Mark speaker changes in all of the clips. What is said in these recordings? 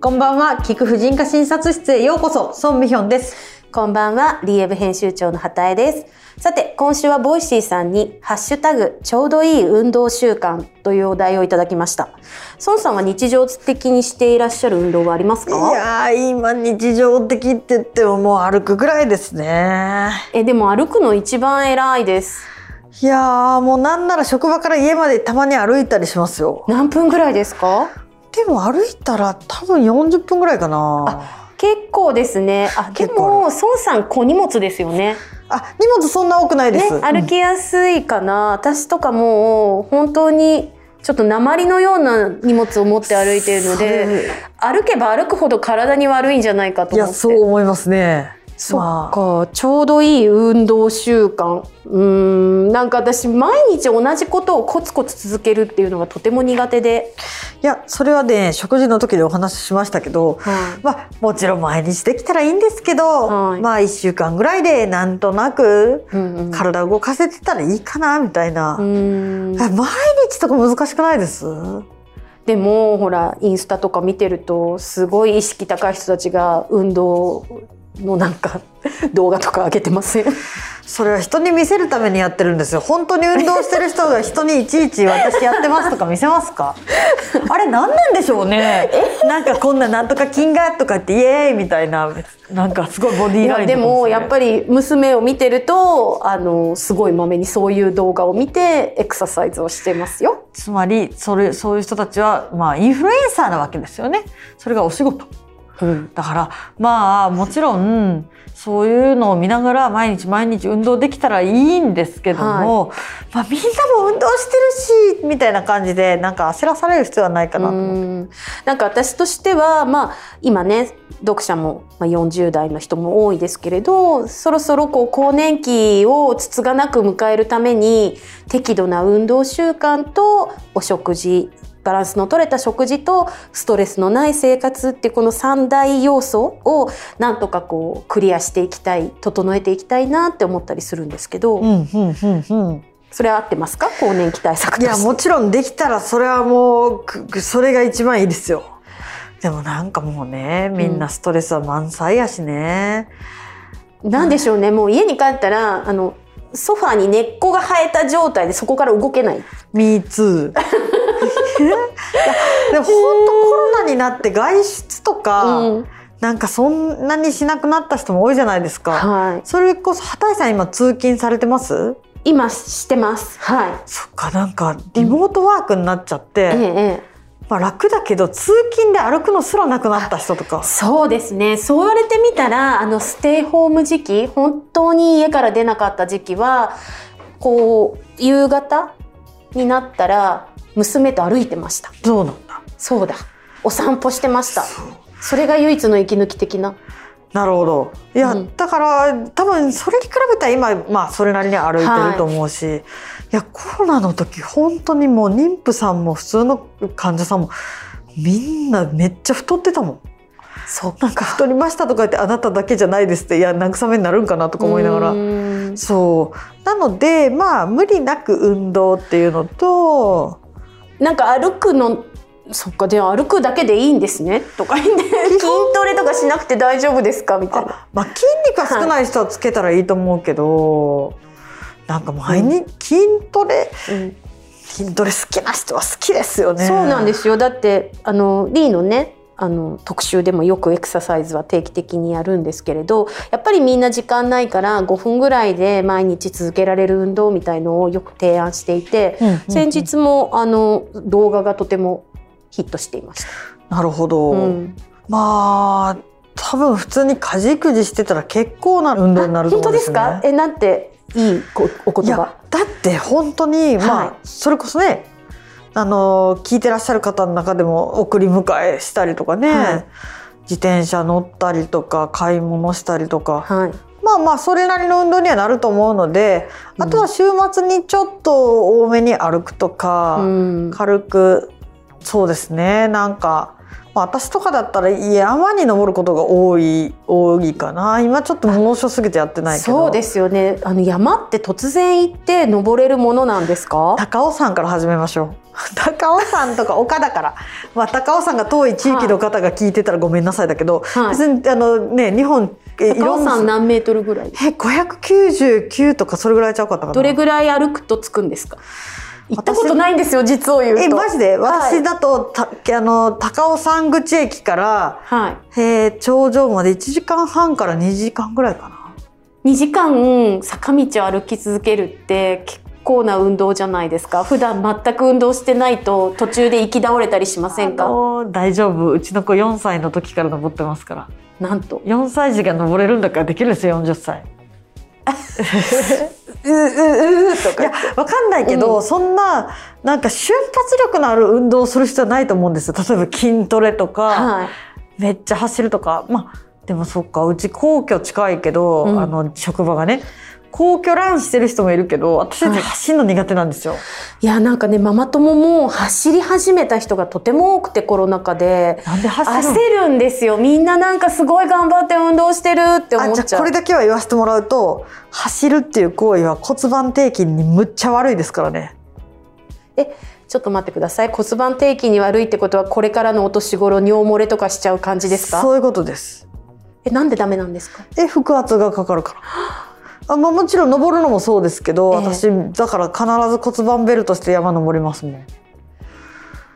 Speaker 1: こんばんは、菊婦人科診察室へようこそ、ソンミヒョンです。
Speaker 2: こんばんは、リーエブ編集長の畑江です。さて、今週はボイシーさんに、ハッシュタグ、ちょうどいい運動習慣というお題をいただきました。孫さんは日常的にしていらっしゃる運動はあります
Speaker 1: い
Speaker 2: か
Speaker 1: やー、今日常的って言ってももう歩くぐらいですね。
Speaker 2: え、でも歩くの一番偉いです。
Speaker 1: いやー、もうなんなら職場から家までたまに歩いたりしますよ。
Speaker 2: 何分ぐらいですか
Speaker 1: でも歩いたら多分40分ぐらいかな。
Speaker 2: 結構ですね。あ、で
Speaker 1: 結構
Speaker 2: も、孫さん小荷物ですよね。
Speaker 1: あ、荷物そんな多くないで
Speaker 2: ね
Speaker 1: す。、
Speaker 2: 歩きやすいかな。私とかもう、本当に、ちょっと鉛のような荷物を持って歩いているので、歩けば歩くほど体に悪いんじゃないか
Speaker 1: そう
Speaker 2: と
Speaker 1: い
Speaker 2: 思っ
Speaker 1: や、
Speaker 2: て
Speaker 1: そう思いますね。
Speaker 2: そっ
Speaker 1: まあ
Speaker 2: かちょうどいい運動習慣うーんなんか私毎日同じことをコツコツ続けるっていうのがとても苦手で、
Speaker 1: いや、それはね、食事の時でお話ししましたけど、まあ、もちろん毎日できたらいいんですけど、
Speaker 2: はい
Speaker 1: まあ1週間ぐらいでなんとなく
Speaker 2: うんうん
Speaker 1: 体を動かせてたらいいかなみたいな、
Speaker 2: うーん
Speaker 1: え毎日とか難しくないです
Speaker 2: でもほらインスタとか見てるとすごい意識高い人たちが運動のなんか 動画とか上げてません
Speaker 1: それは人に見せるためにやってるんですよ本当に運動してる人が人にいちいち私やってますとか見せます かあれ何なんでしょうねなんかこんななんとか金がとかってイエーイみたいななんかすごいボディー
Speaker 2: い
Speaker 1: ライ
Speaker 2: や
Speaker 1: ン
Speaker 2: で
Speaker 1: とか
Speaker 2: も
Speaker 1: すね
Speaker 2: やっぱり娘を見てるとあのすごいまめにそういう動画を見てエクササイズをしてますよ。
Speaker 1: つまりそれそういう人たちはまあインフルエンサーなわけですよねそれがお仕事
Speaker 2: うん
Speaker 1: だからまあもちろんそういうのを見ながら毎日毎日運動できたらいいんですけども、まあ、みんなも運動してるしみたいな感じでなんか焦らされる必要はないかなと思って。
Speaker 2: うんなんか私としては、まあ、今ね読者も、まあ、40代の人も多いですけれどそろそろこう更年期をつつがなく迎えるために適度な運動習慣とお食事バランスの取れた食事とストレスのない生活ってこの三大要素をなんとかこうクリアしていきたい整えていきたいなって思ったりするんですけど、
Speaker 1: うんうんうんうん、
Speaker 2: それは合ってますか更年期対策と
Speaker 1: い
Speaker 2: して
Speaker 1: やもちろんできたらそれはもうくくそれが一番いいですよでもなんかもうねみんなストレスは満載やしね、
Speaker 2: なんでしょうね、もう家に帰ったらあのソファーに根っこが生えた状態でそこから動けない
Speaker 1: Me too いやでも本当コロナになって外出とか、
Speaker 2: うん
Speaker 1: なんかそんなにしなくなった人も多いじゃないですか。
Speaker 2: は
Speaker 1: それこそ畑井さん今通勤されてます？
Speaker 2: い今してますは
Speaker 1: そっかなんかリモートワークになっちゃって、
Speaker 2: い、ええええ
Speaker 1: まあ楽だけど通勤で歩くのすらなくなった人とか。
Speaker 2: そうですねそう言われてみたらあのステイホーム時期本当に家から出なかった時期はこう夕方になったら娘と歩いてました
Speaker 1: そうなんだ。
Speaker 2: そうだお散歩してました
Speaker 1: そう
Speaker 2: それが唯一の息抜き的な
Speaker 1: なるほど。いや、
Speaker 2: うん
Speaker 1: だから多分それに比べたら今まあそれなりに歩いてると思うし、い、やコロナの時本当にもう妊婦さんも普通の患者さんもみんなめっちゃ太ってたもん。
Speaker 2: そう
Speaker 1: なんか太りましたとか言ってあなただけじゃないですっていや慰めになるんかなとか思いながら
Speaker 2: うん
Speaker 1: そうなのでまあ無理なく運動っていうのと
Speaker 2: なんか歩くのそっかで歩くだけでいいんですねとか 言って筋トレとかしなくて大丈夫ですかみたいな。
Speaker 1: あ、まあ、筋肉は少ない人はつけたらいいと思うけど、なんか毎日筋トレ
Speaker 2: うん
Speaker 1: 筋トレ好きな人は好きですよね。
Speaker 2: そうなんですすよだってあのリーのねあの特集でもよくエクササイズは定期的にやるんですけれどやっぱりみんな時間ないから5分ぐらいで毎日続けられる運動みたいのをよく提案していて、先日もあの動画がとてもヒットしていました。
Speaker 1: なるほど、
Speaker 2: うん
Speaker 1: まあ多分普通に家事育児してたら結構な運動になると思う
Speaker 2: 本当
Speaker 1: んで
Speaker 2: ですす
Speaker 1: よね。
Speaker 2: かえなんていいこお
Speaker 1: い
Speaker 2: 言葉
Speaker 1: やだって本当に、まあ
Speaker 2: はい
Speaker 1: それこそねあの聞いてらっしゃる方の中でも送り迎えしたりとかね、
Speaker 2: はい
Speaker 1: 自転車乗ったりとか買い物したりとか
Speaker 2: はい
Speaker 1: まあまあそれなりの運動にはなると思うのであとは週末にちょっと多めに歩くとか、
Speaker 2: うん
Speaker 1: 軽くそうですねなんかまあ私とかだったら山に登ることが多い多いかな今ちょっと猛暑すぎてやってないけど
Speaker 2: そうですよねあの山って突然行って登れるものなんですか
Speaker 1: 高尾山から始めましょう 高尾山とか岡だから、まあ、高尾山が遠い地域の方が聞いてたらごめんなさいだけど、
Speaker 2: はい
Speaker 1: 別にあのね日本えい
Speaker 2: 高
Speaker 1: ろ
Speaker 2: 尾
Speaker 1: んな
Speaker 2: 山何メートルぐらい
Speaker 1: え599とかそれぐらいちゃうかったかな
Speaker 2: どれぐらい歩くと着くんですか行ったことないんですよ実を言うと
Speaker 1: えマジで
Speaker 2: はい
Speaker 1: 私だと、たあの高尾山口駅から、
Speaker 2: は
Speaker 1: え
Speaker 2: い
Speaker 1: ー頂上まで1時間半から2時間ぐらいかな
Speaker 2: 2時間坂道を歩き続けるって結構な運動じゃないですか普段全く運動してないと途中で行き倒れたりしません
Speaker 1: あ
Speaker 2: か
Speaker 1: のー大丈夫うちの子4歳の時から登ってますから
Speaker 2: なんと
Speaker 1: 4歳児が登れるんだからできるんですよ40歳。
Speaker 2: ううううと
Speaker 1: いやわかんないけど、
Speaker 2: うん
Speaker 1: そんななんか瞬発力のある運動をする必要はないと思うんですよ例えば筋トレとか、
Speaker 2: はい
Speaker 1: めっちゃ走るとかまあでもそっかうち皇居近いけど、
Speaker 2: うん
Speaker 1: あの職場がね皇居ランしてる人もいるけど私
Speaker 2: はい
Speaker 1: 走るの苦手なんですよ。
Speaker 2: いやなんかねママ友も走り始めた人がとても多くてコロナ禍で
Speaker 1: なんで走るの
Speaker 2: 焦るんですよみんななんかすごい頑張って運動してるって思
Speaker 1: あ
Speaker 2: っ
Speaker 1: じ
Speaker 2: ち
Speaker 1: ゃ
Speaker 2: ゃ
Speaker 1: あ
Speaker 2: う
Speaker 1: これだけは言わせてもらうと走るっていう行為は骨盤底筋にむっちゃ悪いですからね
Speaker 2: えちょっと待ってください骨盤底筋に悪いってことはこれからのお年頃尿漏れとかしちゃう感じですか
Speaker 1: そういうことです
Speaker 2: えなんでダメなんですか
Speaker 1: え腹圧がかかるからあ、まあ、もちろん登るのもそうですけど、
Speaker 2: ええ
Speaker 1: 私だから必ず骨盤ベルトして山登りますもん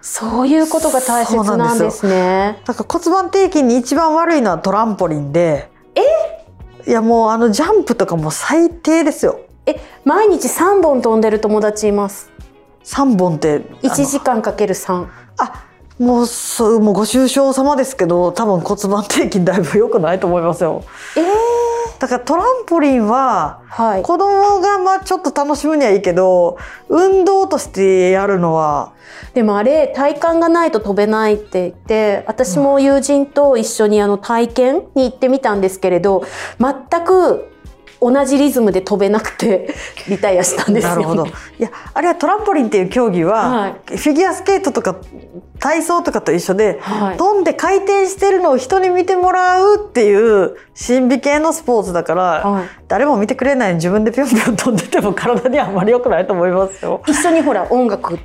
Speaker 2: そういうことが大切なんですね。
Speaker 1: だから骨盤底筋に一番悪いのはトランポリンでえいやもうあのジャンプとかも最低ですよ
Speaker 2: え、毎日3本飛んでる友達います。
Speaker 1: 3本ってあの
Speaker 2: 1時間かける3。
Speaker 1: あもうそうもうご愁傷様ですけど多分骨盤底筋だいぶ良くないと思いますよ
Speaker 2: えー、
Speaker 1: だからトランポリンは
Speaker 2: はい。
Speaker 1: 子供がまあちょっと楽しむにはいいけど運動としてやるのは
Speaker 2: でもあれ、体幹がないと飛べないって言って、私も友人と一緒にあの体験に行ってみたんですけれど、全く同じリズムで飛べなく て、リタイアしたんですよ。
Speaker 1: なるほどいやあれはトランポリンっていう競技は、
Speaker 2: はい
Speaker 1: フィギュアスケートとか体操とかと一緒で、
Speaker 2: はい
Speaker 1: 飛んで回転してるのを人に見てもらうっていう神秘系のスポーツだから、
Speaker 2: はい
Speaker 1: 誰も見てくれないのに自分でぴょんぴょん飛んでても体にはあまり良くないと思いますよ。
Speaker 2: 一緒にほら、音楽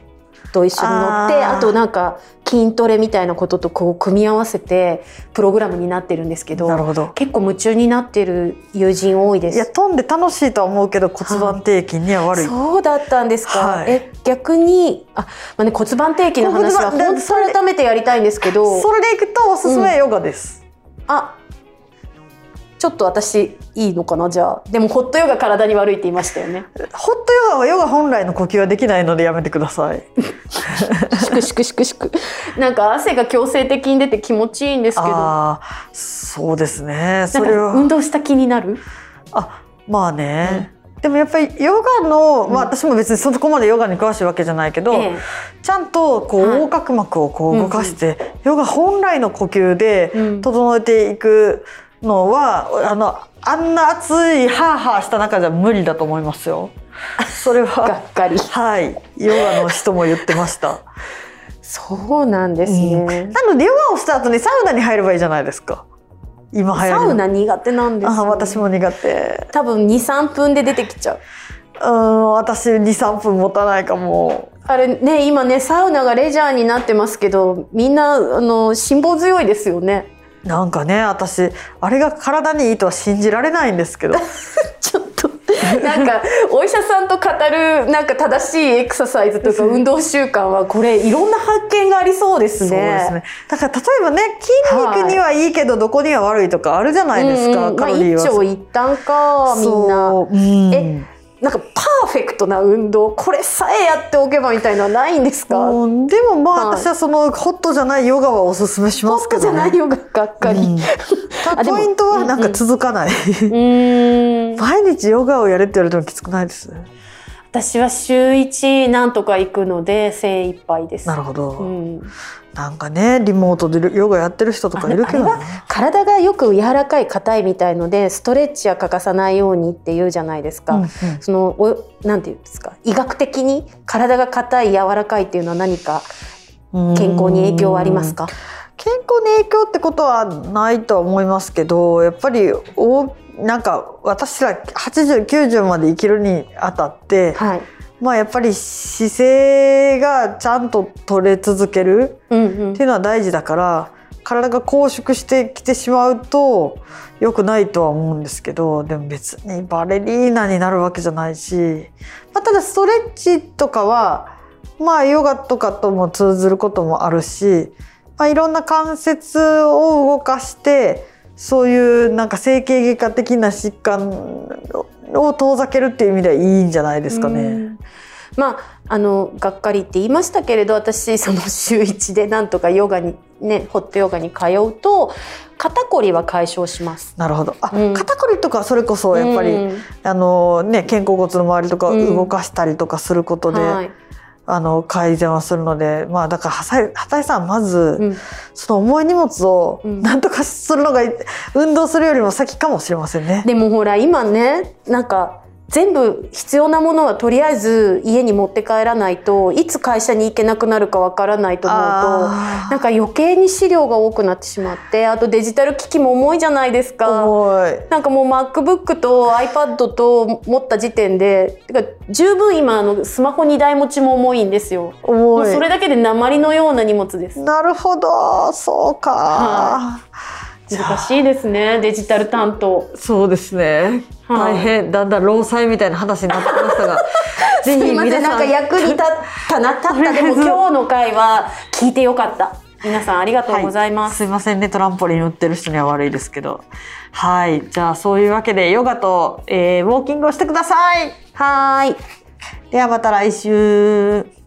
Speaker 2: と一緒に乗って、
Speaker 1: あー
Speaker 2: あとなんか筋トレみたいなこととこう組み合わせて、プログラムになってるんですけど。
Speaker 1: なるほど
Speaker 2: 結構夢中になってる友人多いで
Speaker 1: いや
Speaker 2: す。
Speaker 1: 飛んで楽しいとは思うけど骨盤底筋には悪い。
Speaker 2: そうだったんですか。
Speaker 1: はい
Speaker 2: え逆にあ、まあね、骨盤底筋の話は
Speaker 1: 骨盤
Speaker 2: 本
Speaker 1: だそ
Speaker 2: 当
Speaker 1: れ
Speaker 2: に改めてやりたいんですけど
Speaker 1: それでいくとおすすめはヨガです。
Speaker 2: あちょっと私いいのかなじゃあでもホットヨガ体に悪いって言いましたよ ね。
Speaker 1: ホットヨガはヨガ本来の呼吸はできないのでやめてください。
Speaker 2: シクシクシクシクなんか汗が強制的に出て気持ちいいんですけどな
Speaker 1: ああ、そうですね。そ
Speaker 2: ん
Speaker 1: れ
Speaker 2: か
Speaker 1: は
Speaker 2: 運動した気になる
Speaker 1: あまあね、でもやっぱりヨガの、まあ、
Speaker 2: うん
Speaker 1: 私も別にそこまでヨガに詳しいわけじゃないけど、
Speaker 2: ええ
Speaker 1: ちゃんとこう
Speaker 2: はい
Speaker 1: 横隔膜をこ
Speaker 2: う
Speaker 1: うん
Speaker 2: う
Speaker 1: 動
Speaker 2: ん
Speaker 1: かして、ヨガ本来の呼吸
Speaker 2: う
Speaker 1: で
Speaker 2: ん
Speaker 1: 整えていくのは、あのあんな熱いハーハーした中じゃ無理だと思いますよ。それ
Speaker 2: が
Speaker 1: は
Speaker 2: っかり。
Speaker 1: はいヨガの人も言ってました。
Speaker 2: そうなんです
Speaker 1: う
Speaker 2: ね
Speaker 1: ん。なのでヨガをした後にサウナに入ればいいじゃないですか。今流行り
Speaker 2: サ
Speaker 1: の
Speaker 2: ウナ苦手なんですよ、
Speaker 1: あ私も苦手。
Speaker 2: 多分23分で出てきちゃう。
Speaker 1: うん、私二三分持たないかも。
Speaker 2: あれね今ねサウナがレジャーになってますけどみんなあの辛抱強いですよね
Speaker 1: なんかね、私あれが体にいいとは信じられないんです けど。
Speaker 2: ちょっとなん かお医者さんと語るなんか正しいエクササイズとか運動習慣はこれいろんな発見がありそうですね。
Speaker 1: そうですね。だから例えばね、筋肉にはいいけどどこには悪いとかあるじゃないですか。
Speaker 2: うんうんま
Speaker 1: カ
Speaker 2: あ
Speaker 1: ロリー
Speaker 2: 一
Speaker 1: は。
Speaker 2: 長一短かみんな。
Speaker 1: そううん
Speaker 2: えなんかパーフェクトな運動これさえやっておけばみたいなのはないんですか。ホ
Speaker 1: うんでもまあ、
Speaker 2: はい
Speaker 1: 私はそのホットじゃないヨガはおすすめします
Speaker 2: ッ
Speaker 1: け
Speaker 2: トじ
Speaker 1: ど
Speaker 2: ゃない
Speaker 1: ね。
Speaker 2: よががっかり。
Speaker 1: うん
Speaker 2: あでも
Speaker 1: ポイントはなんか続かない。
Speaker 2: うーん
Speaker 1: 毎日ヨガをやれって言われてもきつくないです。
Speaker 2: 私は週一なんとか行くので精一杯です。
Speaker 1: なるほど。
Speaker 2: うん
Speaker 1: なんかね、リモートでヨガやってる人とかいるけど、
Speaker 2: あ
Speaker 1: ね。
Speaker 2: れは体がよく柔らかい硬いみたいのでストレッチは欠かさないようにって言うじゃないですか、
Speaker 1: うんうん
Speaker 2: そのおなんていうんですか医学的に体が硬い柔らかいっていうのは何か健康に影響はあります
Speaker 1: う
Speaker 2: か
Speaker 1: ん健康に影響ってことはないとは思いますけどやっぱりおなんか私ら8090まで生きるにあたって、
Speaker 2: はい。
Speaker 1: まあやっぱり姿勢がちゃんと取れ続ける
Speaker 2: うんうん
Speaker 1: っていうのは大事だから体が拘縮してきてしまうと良くないとは思うんですけどでも別にバレリーナになるわけじゃないし、まあ、ただストレッチとかはまあヨガとかとも通ずることもあるし、まあ、いろんな関節を動かしてそういうなんか整形外科的な疾患を遠ざけるっていう意味ではいいんじゃないですかね。
Speaker 2: うんまあ、あのがっかりって言いましたけれど私その週1でなんとかヨガにねホットヨガに通うと肩こりは解消します。
Speaker 1: なるほどあ、
Speaker 2: うん
Speaker 1: 肩こりとかそれこそやっぱり、
Speaker 2: うん
Speaker 1: あのね、肩甲骨の周りとか
Speaker 2: うん
Speaker 1: 動かしたりとかすることで、
Speaker 2: はい
Speaker 1: あの改善はするので、まあ、だから畑井畑井さんまず、
Speaker 2: うん
Speaker 1: その重い荷物を
Speaker 2: うん
Speaker 1: なんとかするのが、運動するよりも先かもしれませんね。
Speaker 2: でもほら今ねなんか全部必要なものはとりあえず家に持って帰らないといつ会社に行けなくなるかわからないと思うと。
Speaker 1: あ
Speaker 2: なんか余計に資料が多くなってしまってあとデジタル機器も重いじゃないです
Speaker 1: ー
Speaker 2: か。
Speaker 1: 重い
Speaker 2: なんかもう MacBook と iPad と持った時点でてか十分今あのスマホ2台持ちも重いんですよもう
Speaker 1: 重い
Speaker 2: それだけで鉛のような荷物です
Speaker 1: なるほどそうか、
Speaker 2: は難しいですねデジタル担当
Speaker 1: そうですね、
Speaker 2: はい
Speaker 1: 大変だんだん労災みたいな話になってきました がぜ
Speaker 2: す
Speaker 1: ひ
Speaker 2: いません
Speaker 1: 皆
Speaker 2: なんか
Speaker 1: さん
Speaker 2: 役に立ったな立っ たでも今日の回は聞いてよかった皆さんありがとうございます、
Speaker 1: はい、すいませんねトランポリン売ってる人には悪いですけどはいじゃあそういうわけでヨガと、えーウォーキングをしてください
Speaker 2: はーい
Speaker 1: ではまた来週